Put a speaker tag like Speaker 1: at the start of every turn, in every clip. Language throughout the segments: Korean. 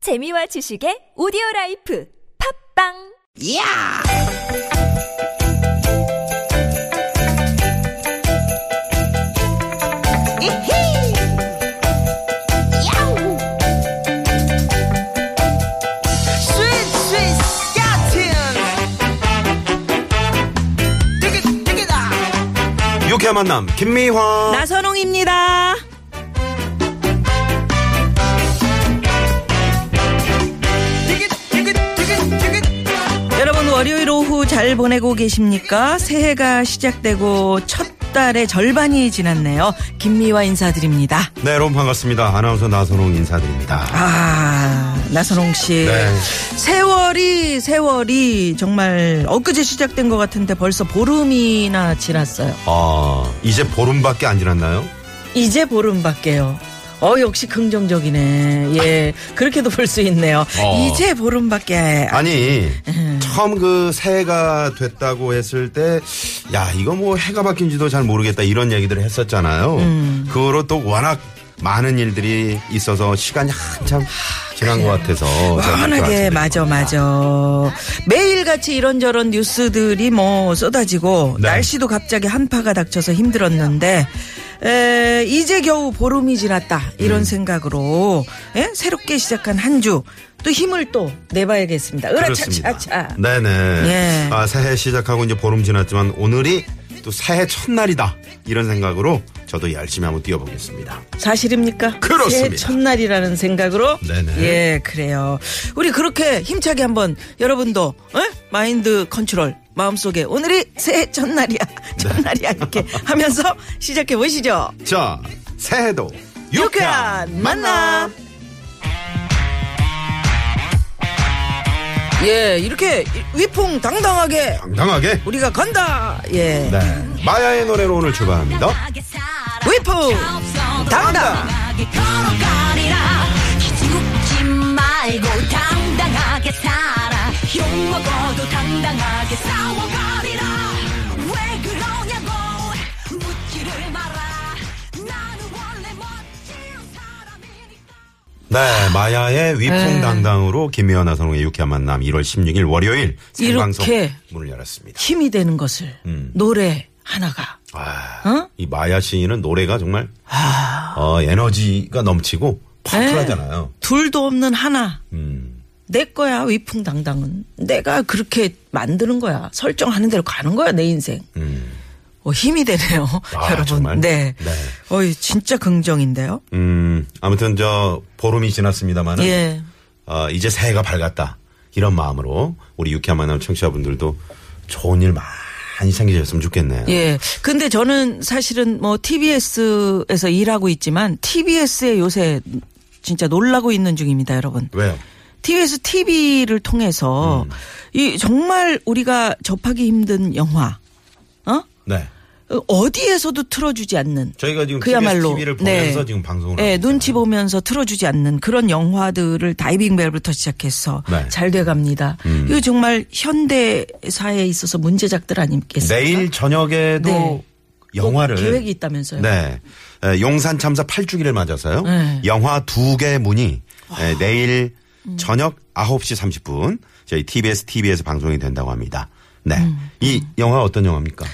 Speaker 1: 재미와 지식의 오디오 라이프 팝빵!
Speaker 2: 야! 이히! 야우! 스윗 스윗 야틴! 되게 되게다!
Speaker 3: 유쾌한 만남 김미화
Speaker 4: 나선홍입니다.
Speaker 2: 되게 되게 되게 되게
Speaker 4: 여러분 월요일 오후 잘 보내고 계십니까? 새해가 시작되고 첫 달의 절반이 지났네요. 김미화 인사드립니다.
Speaker 3: 네 여러분 반갑습니다 아나운서 나선홍 인사드립니다
Speaker 4: 아 나선홍 씨
Speaker 3: 네.
Speaker 4: 세월이 세월이 정말 엊그제 시작된 것 같은데 벌써 보름이나 지났어요.
Speaker 3: 아 이제 보름밖에 안 지났나요?
Speaker 4: 이제 보름밖에요. 어 역시 긍정적이네. 예 그렇게도 볼 수 있네요.
Speaker 3: 어.
Speaker 4: 이제 보름밖에
Speaker 3: 아니 처음 그 새해가 됐다고 했을 때 야 이거 뭐 해가 바뀐지도 잘 모르겠다 이런 얘기들을 했었잖아요
Speaker 4: 음.
Speaker 3: 그 후로 또 워낙 많은 일들이 있어서 시간이 한참 지난 것뭐 같아서 제가
Speaker 4: 편하게
Speaker 3: 이렇게
Speaker 4: 맞아
Speaker 3: 말씀드린 겁니다.
Speaker 4: 맞아 매일같이 이런저런 뉴스들이 뭐 쏟아지고
Speaker 3: 네.
Speaker 4: 날씨도 갑자기 한파가 닥쳐서 힘들었는데 에, 이제 겨우 보름이 지났다 이런
Speaker 3: 음.
Speaker 4: 생각으로 예? 새롭게 시작한 한 주 또 힘을 또 내봐야겠습니다 으라차차차
Speaker 3: 그렇습니다. 네네.
Speaker 4: 예.
Speaker 3: 아, 새해 시작하고 이제 보름 지났지만 오늘이 또 새해 첫날이다. 이런 생각으로 저도 열심히 한번 뛰어보겠습니다.
Speaker 4: 사실입니까?
Speaker 3: 그렇습니다.
Speaker 4: 새해 첫날이라는 생각으로
Speaker 3: 네네.
Speaker 4: 예 그래요 우리 그렇게 힘차게 한번 여러분도 어? 마인드 컨트롤 마음속에 오늘이 새해 첫날이야
Speaker 3: 네.
Speaker 4: 첫날이야 이렇게 하면서 시작해 보시죠
Speaker 3: 자, 새해도
Speaker 4: 유쾌한 만남 예 이렇게 위풍당당하게
Speaker 3: 당당하게.
Speaker 4: 우리가 간다 예
Speaker 3: 네. 마야의 노래로 오늘 출발합니다.
Speaker 4: 위풍 당당
Speaker 5: 당당하게 걸어가리라 기죽지 그 말고 당당하게 살아 욕 먹어도 당당하게 싸워가리라 왜 그러냐고 묻기를 마라 나는 원래 멋진 사람이니까
Speaker 3: 네, 마야의
Speaker 4: 네.
Speaker 3: 위풍당당으로 김미연 나선홍의 유쾌한 만남 1월 16일 월요일 생방송
Speaker 4: 이렇게.
Speaker 3: 문을 열었습니다.
Speaker 4: 힘이 되는 것을
Speaker 3: 음.
Speaker 4: 노래 하나가
Speaker 3: 아,
Speaker 4: 어? 아.
Speaker 3: 이 마야 시인은 노래가 정말 어, 에너지가 넘치고
Speaker 4: 네.
Speaker 3: 파출하잖아요.
Speaker 4: 둘도 없는 하나
Speaker 3: 음.
Speaker 4: 내 거야 위풍당당은 내가 그렇게 만드는 거야 설정하는 대로 가는 거야 내 인생
Speaker 3: 음.
Speaker 4: 어, 힘이 되네요
Speaker 3: 아,
Speaker 4: 여러분
Speaker 3: 정말?
Speaker 4: 네,
Speaker 3: 네.
Speaker 4: 어이 진짜 긍정인데요
Speaker 3: 음, 아무튼 저 보름이 지났습니다만은
Speaker 4: 예
Speaker 3: 어, 이제 새해가 밝았다 이런 마음으로 우리 유쾌한 만남 청취자분들도 좋은 일 많이 생기셨으면 좋겠네요.
Speaker 4: 예. 근데 저는 사실은 뭐 TBS에서 일하고 있지만 TBS에 요새 진짜 놀라고 있는 중입니다, 여러분.
Speaker 3: 왜요?
Speaker 4: TBS TV를 통해서 이 정말 우리가 접하기 힘든 영화, 어?
Speaker 3: 네.
Speaker 4: 어디에서도 틀어주지 않는
Speaker 3: 저희가 지금
Speaker 4: 그야말로
Speaker 3: TBS TV를 보면서 지금 방송을
Speaker 4: 네,
Speaker 3: 하고
Speaker 4: 눈치 보면서 틀어주지 않는 그런 영화들을 다이빙벨부터 시작해서
Speaker 3: 네. 음.
Speaker 4: 잘 돼갑니다. 이거 정말 현대 사회에 있어서 문제작들 아니겠습니까?
Speaker 3: 내일 저녁에도
Speaker 4: 네.
Speaker 3: 영화를
Speaker 4: 꼭 계획이 있다면서요?
Speaker 3: 네. 에, 용산 참사 8주기를 맞아서요.
Speaker 4: 네.
Speaker 3: 영화 두 개 문이 에, 내일
Speaker 4: 음.
Speaker 3: 저녁 9시 30분 저희 TBS TV에서 방송이 된다고 합니다. 네.
Speaker 4: 음.
Speaker 3: 이 영화 어떤 영화입니까?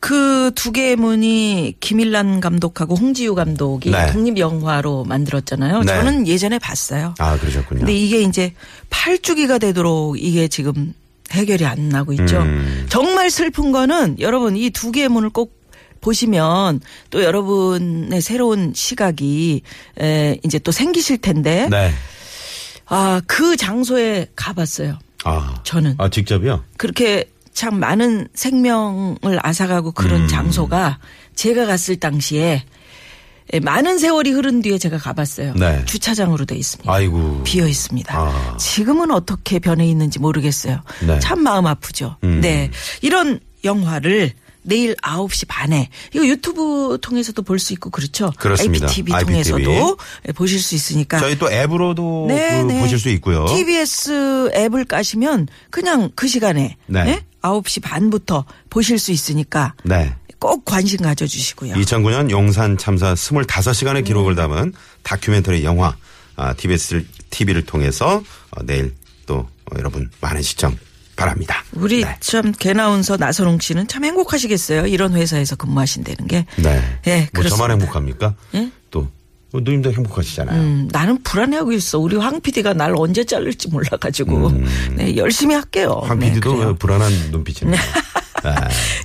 Speaker 4: 그 두 개의 문이 김일란 감독하고 홍지유 감독이
Speaker 3: 네.
Speaker 4: 독립 영화로 만들었잖아요.
Speaker 3: 네.
Speaker 4: 저는 예전에 봤어요.
Speaker 3: 아, 그러셨군요.
Speaker 4: 근데 이게 이제 8주기가 되도록 이게 지금 해결이 안 나고 있죠.
Speaker 3: 음.
Speaker 4: 정말 슬픈 거는 여러분 이 두 개의 문을 꼭 보시면 또 여러분의 새로운 시각이 에 이제 또 생기실 텐데
Speaker 3: 네.
Speaker 4: 아 그 장소에 가봤어요.
Speaker 3: 아.
Speaker 4: 저는.
Speaker 3: 아, 직접요?
Speaker 4: 그렇게 참 많은 생명을 앗아가고 그런
Speaker 3: 음.
Speaker 4: 장소가 제가 갔을 당시에 예, 많은 세월이 흐른 뒤에 제가 가봤어요.
Speaker 3: 네.
Speaker 4: 주차장으로 돼 있습니다.
Speaker 3: 아이고.
Speaker 4: 예. 비어 있습니다.
Speaker 3: 아.
Speaker 4: 지금은 어떻게 변해 있는지 모르겠어요.
Speaker 3: 네.
Speaker 4: 참 마음 아프죠.
Speaker 3: 음.
Speaker 4: 네. 이런 영화를 내일 9시 반에 이거 유튜브 통해서도 볼 수 있고 그렇죠.
Speaker 3: 그렇습니다.
Speaker 4: IPTV
Speaker 3: IPTV.
Speaker 4: 통해서도 예, 보실 수 있으니까
Speaker 3: 저희 또 앱으로도
Speaker 4: 네,
Speaker 3: 그 보실 수 있고요.
Speaker 4: TBS 앱을 까시면 그냥 그 시간에
Speaker 3: 네.
Speaker 4: 네? 9시 반부터 보실 수 있으니까
Speaker 3: 네.
Speaker 4: 꼭 관심 가져주시고요. 음.
Speaker 3: 2009년 용산 참사 25시간의 기록을 담은 다큐멘터리 영화 아, TBS TV를 통해서 어, 내일 또 어, 여러분 많은 시청 바랍니다.
Speaker 4: 우리
Speaker 3: 네.
Speaker 4: 참 개나운서 나선홍 씨는 참 행복하시겠어요. 이런 회사에서 근무하신다는 게.
Speaker 3: 네.
Speaker 4: 예,
Speaker 3: 뭐 저만
Speaker 4: 그렇습니다. 예?
Speaker 3: 행복합니까? 또 어, 누님도 행복하시잖아요.
Speaker 4: 음, 나는 불안해하고 있어. 우리 황 PD가 날 언제 자를지 몰라가지고. 네, 열심히 할게요.
Speaker 3: 음. 황
Speaker 4: 네,
Speaker 3: PD도
Speaker 4: 그래요.
Speaker 3: 불안한 눈빛입니다. 네.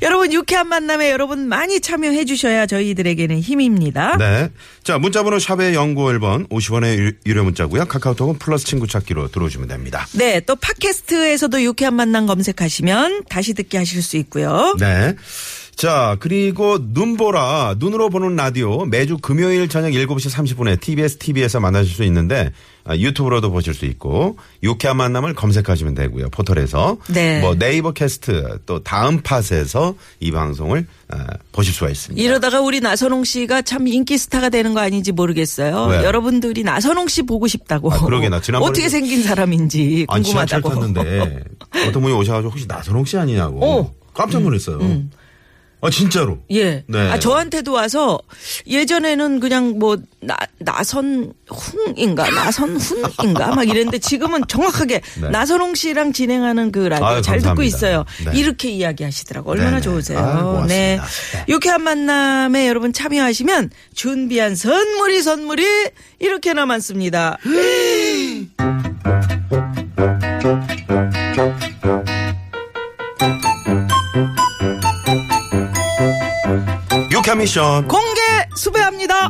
Speaker 4: 여러분 유쾌한 만남에 여러분 많이 참여해 주셔야 저희들에게는 힘입니다.
Speaker 3: 네. 자, 문자번호 샵의 영구 1번 50원의 유료 문자고요. 카카오톡은 플러스 친구 찾기로 들어오시면 됩니다.
Speaker 4: 네, 또 팟캐스트에서도 유쾌한 만남 검색하시면 다시 듣기 하실 수 있고요.
Speaker 3: 네. 자, 그리고 눈보라, 눈으로 보는 라디오 매주 금요일 저녁 7시 30분에 TBS TV에서 만나실 수 있는데 아, 유튜브로도 보실 수 있고 유쾌한 만남을 검색하시면 되고요. 포털에서
Speaker 4: 네.
Speaker 3: 뭐 네이버 캐스트 또 다음 팟에서 이 방송을 아, 보실 수가 있습니다.
Speaker 4: 이러다가 우리 나선홍 씨가 참 인기 스타가 되는 거 아닌지 모르겠어요.
Speaker 3: 왜?
Speaker 4: 여러분들이 나선홍 씨 보고 싶다고.
Speaker 3: 아, 그러게, 나 지난번에
Speaker 4: 어떻게 생긴 사람인지
Speaker 3: 아니, 지하철
Speaker 4: 궁금하다고.
Speaker 3: 탔는데 어떤 분이 오셔가지고 혹시 나선홍 씨 아니냐고
Speaker 4: 어. 음.
Speaker 3: 깜짝 놀랐어요. 아 진짜로?
Speaker 4: 예.
Speaker 3: 네.
Speaker 4: 아, 저한테도 와서 예전에는 그냥 뭐 나, 나선 홍인가 나선 훈인가 막 이랬는데 지금은 정확하게
Speaker 3: 네.
Speaker 4: 나선홍 씨랑 진행하는 그 라디오
Speaker 3: 아유,
Speaker 4: 잘 듣고
Speaker 3: 감사합니다.
Speaker 4: 있어요.
Speaker 3: 네.
Speaker 4: 이렇게 이야기하시더라고. 얼마나
Speaker 3: 네네.
Speaker 4: 좋으세요.
Speaker 3: 아유, 고맙습니다.
Speaker 4: 네.
Speaker 3: 네.
Speaker 4: 유쾌한 만남에 여러분 참여하시면 준비한 선물이 선물이 이렇게 남았습니다.
Speaker 3: 유쾌 미션.
Speaker 4: 공개 수배합니다.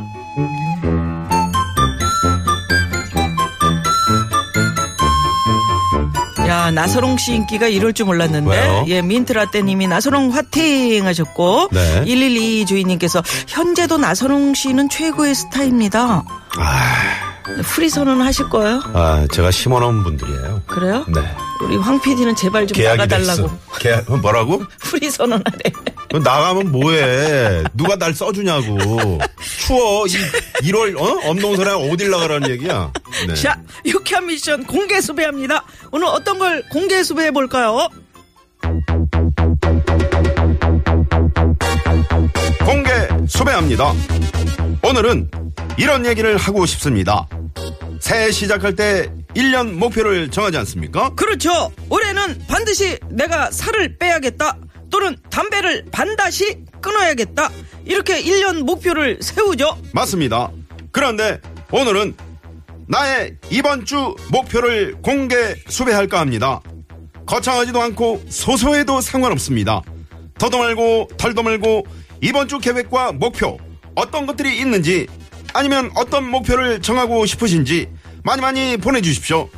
Speaker 4: 야 나서롱 씨 인기가 이럴 줄 몰랐는데
Speaker 3: 왜요?
Speaker 4: 예 민트라떼님이 나서롱 화팅 하셨고
Speaker 3: 네.
Speaker 4: 112 주인님께서 현재도 나서롱 씨는 최고의 스타입니다. 프리 선언 하실 거예요?
Speaker 3: 아 제가 심어놓은 분들이에요.
Speaker 4: 그래요?
Speaker 3: 네.
Speaker 4: 우리 황 PD는 제발 좀
Speaker 3: 계약이
Speaker 4: 나가달라고
Speaker 3: 됐어. 계약 뭐라고?
Speaker 4: 프리 선언하래.
Speaker 3: 너 나가면 뭐해? 누가 날 써주냐고. 추워. 이 1월 어? 엄동선에 어딜 나가라는 얘기야. 네.
Speaker 4: 자 유쾌한 미션 공개 수배합니다. 오늘 어떤 걸 공개 수배해 볼까요?
Speaker 3: 공개 수배합니다. 오늘은 이런 얘기를 하고 싶습니다. 새해 시작할 때 1년 목표를 정하지 않습니까?
Speaker 4: 그렇죠. 올해는 반드시 내가 살을 빼야겠다. 또는 담배를 반드시 끊어야겠다. 이렇게 일년 목표를 세우죠.
Speaker 3: 맞습니다. 그런데 오늘은 나의 이번 주 목표를 공개 수배할까 합니다. 거창하지도 않고 소소해도 상관없습니다. 더도 말고 덜도 말고 이번 주 계획과 목표 어떤 것들이 있는지 아니면 어떤 목표를 정하고 싶으신지 많이 많이 보내주십시오.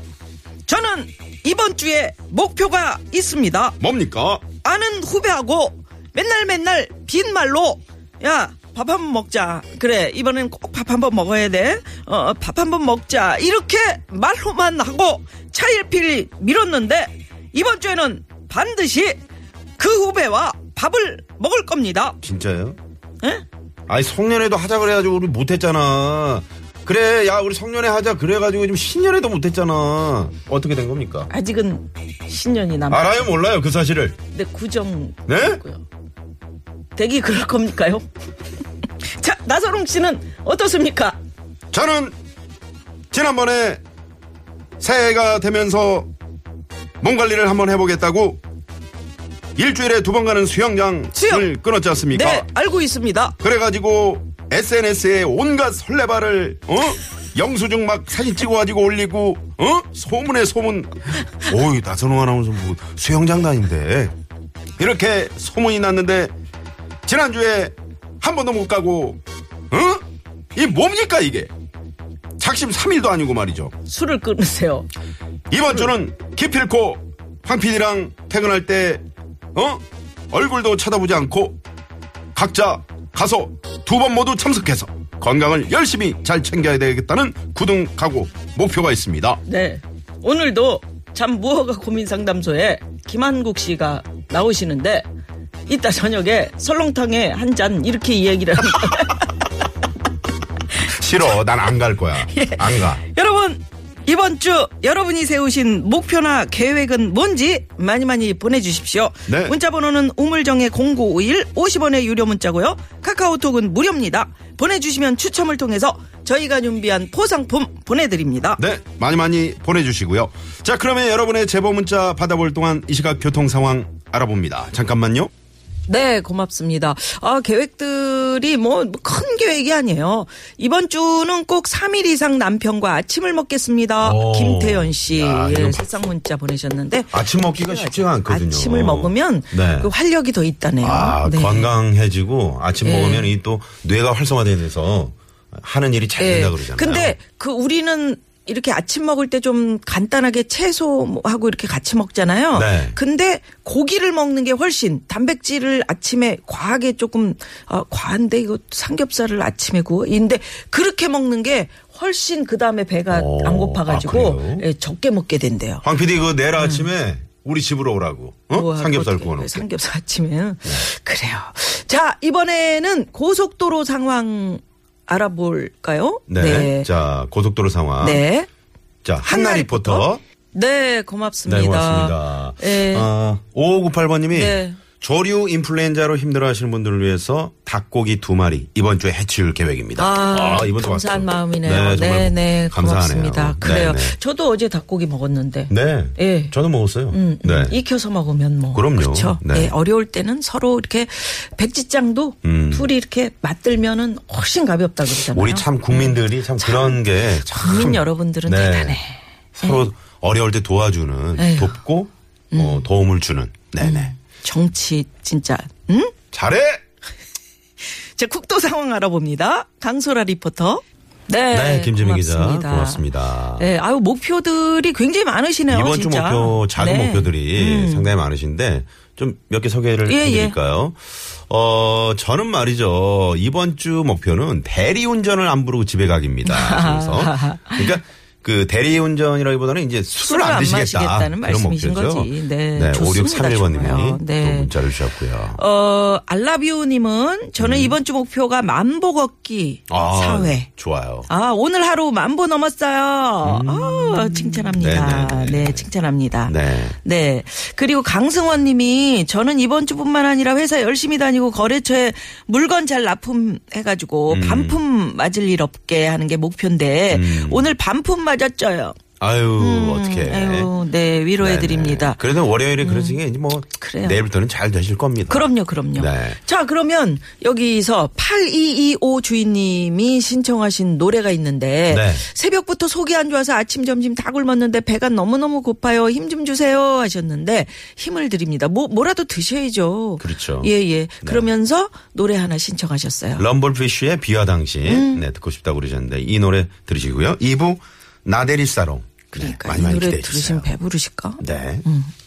Speaker 4: 저는 이번 주에 목표가 있습니다.
Speaker 3: 뭡니까?
Speaker 4: 아는 후배하고 맨날 맨날 빈말로 야, 밥 한 번 먹자. 그래, 이번엔 꼭 밥 한 번 먹어야 돼. 어, 밥 한 번 먹자. 이렇게 말로만 하고 차일피일 밀었는데 이번 주에는 반드시 그 후배와 밥을 먹을 겁니다.
Speaker 3: 진짜요?
Speaker 4: 예?
Speaker 3: 아니 성년회도 하자 그래가지고 우리 못했잖아. 그래 야 우리 성년회 하자 그래가지고 지금 신년회도 못했잖아. 어떻게 된 겁니까?
Speaker 4: 아직은 신년이 남아.
Speaker 3: 알아요 몰라요 그 사실을
Speaker 4: 근데 구정
Speaker 3: 네?
Speaker 4: 고요 대기 그럴 겁니까요? 자, 나서롱 씨는 어떻습니까?
Speaker 3: 저는 지난번에 새해가 되면서 몸 관리를 한번 해보겠다고 일주일에 두 번 가는 수영장을
Speaker 4: 수영!
Speaker 3: 끊었지 않습니까?
Speaker 4: 네, 알고 있습니다.
Speaker 3: 그래가지고 SNS에 온갖 설레발을 어? 영수증 막 사진 찍어가지고 올리고 어? 소문에 소문 오이 나선호 아나운서 뭐 수영장 다닌데 이렇게 소문이 났는데 지난주에 한 번도 못 가고 어? 이 뭡니까 이게 작심 삼일도 아니고 말이죠
Speaker 4: 술을 끊으세요.
Speaker 3: 이번 주는 기필코 황 PD랑 퇴근할 때 어? 얼굴도 쳐다보지 않고 각자 가서 두 번 모두 참석해서 건강을 열심히 잘 챙겨야 되겠다는 구등하고 목표가 있습니다.
Speaker 4: 네. 오늘도 참 무허가 고민 상담소에 김한국 씨가 나오시는데 이따 저녁에 설렁탕에 한 잔 이렇게 이야기를 합니다.
Speaker 3: 싫어. 난 안 갈 거야.
Speaker 4: 예.
Speaker 3: 안 가.
Speaker 4: 여러분 이번 주 여러분이 세우신 목표나 계획은 뭔지 많이 많이 보내주십시오.
Speaker 3: 네.
Speaker 4: 문자 번호는 우물정의 0951 50원의 유료 문자고요. 카카오톡은 무료입니다. 보내주시면 추첨을 통해서 저희가 준비한 포상품 보내드립니다.
Speaker 3: 네, 많이 많이 보내주시고요. 자, 그러면 여러분의 제보 문자 받아볼 동안 이 시각 교통 상황 알아봅니다. 잠깐만요.
Speaker 4: 네, 고맙습니다. 아, 계획들이 뭐 큰 계획이 아니에요. 이번 주는 꼭 3일 이상 남편과 아침을 먹겠습니다.
Speaker 3: 오.
Speaker 4: 김태현 씨.
Speaker 3: 어. 야, 이거
Speaker 4: 예,
Speaker 3: 바-
Speaker 4: 세상 문자 보내셨는데
Speaker 3: 아침 먹기가 쉽지가 않거든요.
Speaker 4: 아침을 먹으면
Speaker 3: 네.
Speaker 4: 그 활력이 더 있다네요.
Speaker 3: 아,
Speaker 4: 네.
Speaker 3: 건강해지고 아침 먹으면 이 또 뇌가 활성화돼서 하는 일이 잘
Speaker 4: 예.
Speaker 3: 된다 그러잖아요.
Speaker 4: 근데 그 우리는 이렇게 아침 먹을 때 좀 간단하게 채소하고 이렇게 같이 먹잖아요.
Speaker 3: 네.
Speaker 4: 근데 고기를 먹는 게 훨씬 단백질을 아침에 과하게 조금 아, 과한데 이거 삼겹살을 아침에 구워. 인데 그렇게 먹는 게 훨씬 그다음에 배가
Speaker 3: 오,
Speaker 4: 안
Speaker 3: 아,
Speaker 4: 고파가지고
Speaker 3: 그래요?
Speaker 4: 예, 적게 먹게 된대요.
Speaker 3: 황 PD 그 내일 아침에 우리 집으로 오라고. 어?
Speaker 4: 뭐
Speaker 3: 삼겹살 네.
Speaker 4: 어떻게,
Speaker 3: 구워 놓고.
Speaker 4: 음. 삼겹살 아침에 그래요. 자 이번에는 고속도로 상황 알아볼까요?
Speaker 3: 네. 자, 고속도로 상황.
Speaker 4: 네.
Speaker 3: 자, 한나
Speaker 4: 한나
Speaker 3: 리포터.
Speaker 4: 네, 고맙습니다.
Speaker 3: 네, 고맙습니다.
Speaker 4: 예.
Speaker 3: 어, 5598번님이
Speaker 4: 네.
Speaker 3: 조류 인플루엔자로 힘들어하시는 분들을 위해서 닭고기 두 마리 이번 주에 해치울 계획입니다.
Speaker 4: 아,
Speaker 3: 이번 주 왔어요.
Speaker 4: 감사한 마음이네요.
Speaker 3: 네, 정말
Speaker 4: 네, 네,
Speaker 3: 감사하네요.
Speaker 4: 고맙습니다. 그래요.
Speaker 3: 네, 네.
Speaker 4: 저도 어제 닭고기 먹었는데.
Speaker 3: 네.
Speaker 4: 예.
Speaker 3: 저도 먹었어요.
Speaker 4: 음,
Speaker 3: 네.
Speaker 4: 음, 익혀서 먹으면 뭐
Speaker 3: 그럼요.
Speaker 4: 그렇죠.
Speaker 3: 네.
Speaker 4: 예, 어려울 때는 서로 이렇게 백지장도
Speaker 3: 음.
Speaker 4: 둘이 이렇게 맞들면은 훨씬 가볍다 그러잖아요.
Speaker 3: 우리 참 국민들이 참, 그런 게 참. 네.
Speaker 4: 국민 여러분들은 대단해. 네.
Speaker 3: 서로 어려울 때 도와주는,
Speaker 4: 에휴. 음.
Speaker 3: 돕고 어, 도움을 주는. 네네.
Speaker 4: 정치 진짜. 응?
Speaker 3: 잘해.
Speaker 4: 자, 국도 상황 알아봅니다. 강소라 리포터. 네,
Speaker 3: 네, 김재민 기자
Speaker 4: 고맙습니다.
Speaker 3: 고맙습니다.
Speaker 4: 네, 아유 목표들이 굉장히 많으시네요.
Speaker 3: 이번 주
Speaker 4: 어, 진짜.
Speaker 3: 목표 작은
Speaker 4: 네.
Speaker 3: 목표들이 상당히 많으신데 좀 몇 개 소개를
Speaker 4: 예,
Speaker 3: 해드릴까요? 어 저는 말이죠 이번 주 목표는 대리운전을 안 부르고 집에 가기입니다. 그래서 그러니까 그 대리운전이라기보다는 이제 술을
Speaker 4: 술을
Speaker 3: 안
Speaker 4: 안
Speaker 3: 드시겠다
Speaker 4: 마시겠다는
Speaker 3: 그런
Speaker 4: 말씀이신
Speaker 3: 목표죠.
Speaker 4: 거지. 네,
Speaker 3: 네
Speaker 4: 좋습니다,
Speaker 3: 5631번님이
Speaker 4: 좋아요. 네.
Speaker 3: 또 문자를 주셨고요.
Speaker 4: 어 알라비오님은 저는 이번 주 목표가 만보 걷기
Speaker 3: 음. 아,
Speaker 4: 어, 사회.
Speaker 3: 좋아요.
Speaker 4: 아 오늘 하루 만보 넘었어요. 아 칭찬합니다.
Speaker 3: 음. 네네네.
Speaker 4: 네 칭찬합니다.
Speaker 3: 네.
Speaker 4: 네. 그리고 강승원 님이 저는 이번 주뿐만 아니라 회사 열심히 다니고 거래처에 물건 잘
Speaker 3: 음.
Speaker 4: 납품해가지고 반품 맞을 일 없게 하는 게 목표인데 오늘 반품 맞았죠요.
Speaker 3: 아유 음. 어떻게.
Speaker 4: 음, 아유, 네. 위로해드립니다. 음.
Speaker 3: 그래도 월요일에 그러시게 이제 뭐
Speaker 4: 그래요.
Speaker 3: 내일부터는 잘 되실 겁니다.
Speaker 4: 그럼요, 그럼요.
Speaker 3: 네.
Speaker 4: 자, 그러면 여기서 8225 주인님이 신청하신 노래가 있는데
Speaker 3: 네.
Speaker 4: 새벽부터 속이 안 좋아서 아침 점심 다 굶었는데 배가 너무너무 고파요. 힘 좀 주세요 하셨는데 힘을 드립니다. 뭐 뭐라도 드셔야죠.
Speaker 3: 그렇죠.
Speaker 4: 예, 예. 그러면서 노래 하나 신청하셨어요.
Speaker 3: 네. 럼블피쉬의 비와 당신
Speaker 4: 음.
Speaker 3: 네, 듣고 싶다고 그러셨는데 이 노래 들으시고요. 2부 나데리 사롱. 네,
Speaker 4: 그러니까
Speaker 3: 많이
Speaker 4: 이
Speaker 3: 많이
Speaker 4: 노래 음.
Speaker 3: 기대해 주세요.
Speaker 4: 들으시면 배부르실까?
Speaker 3: 네.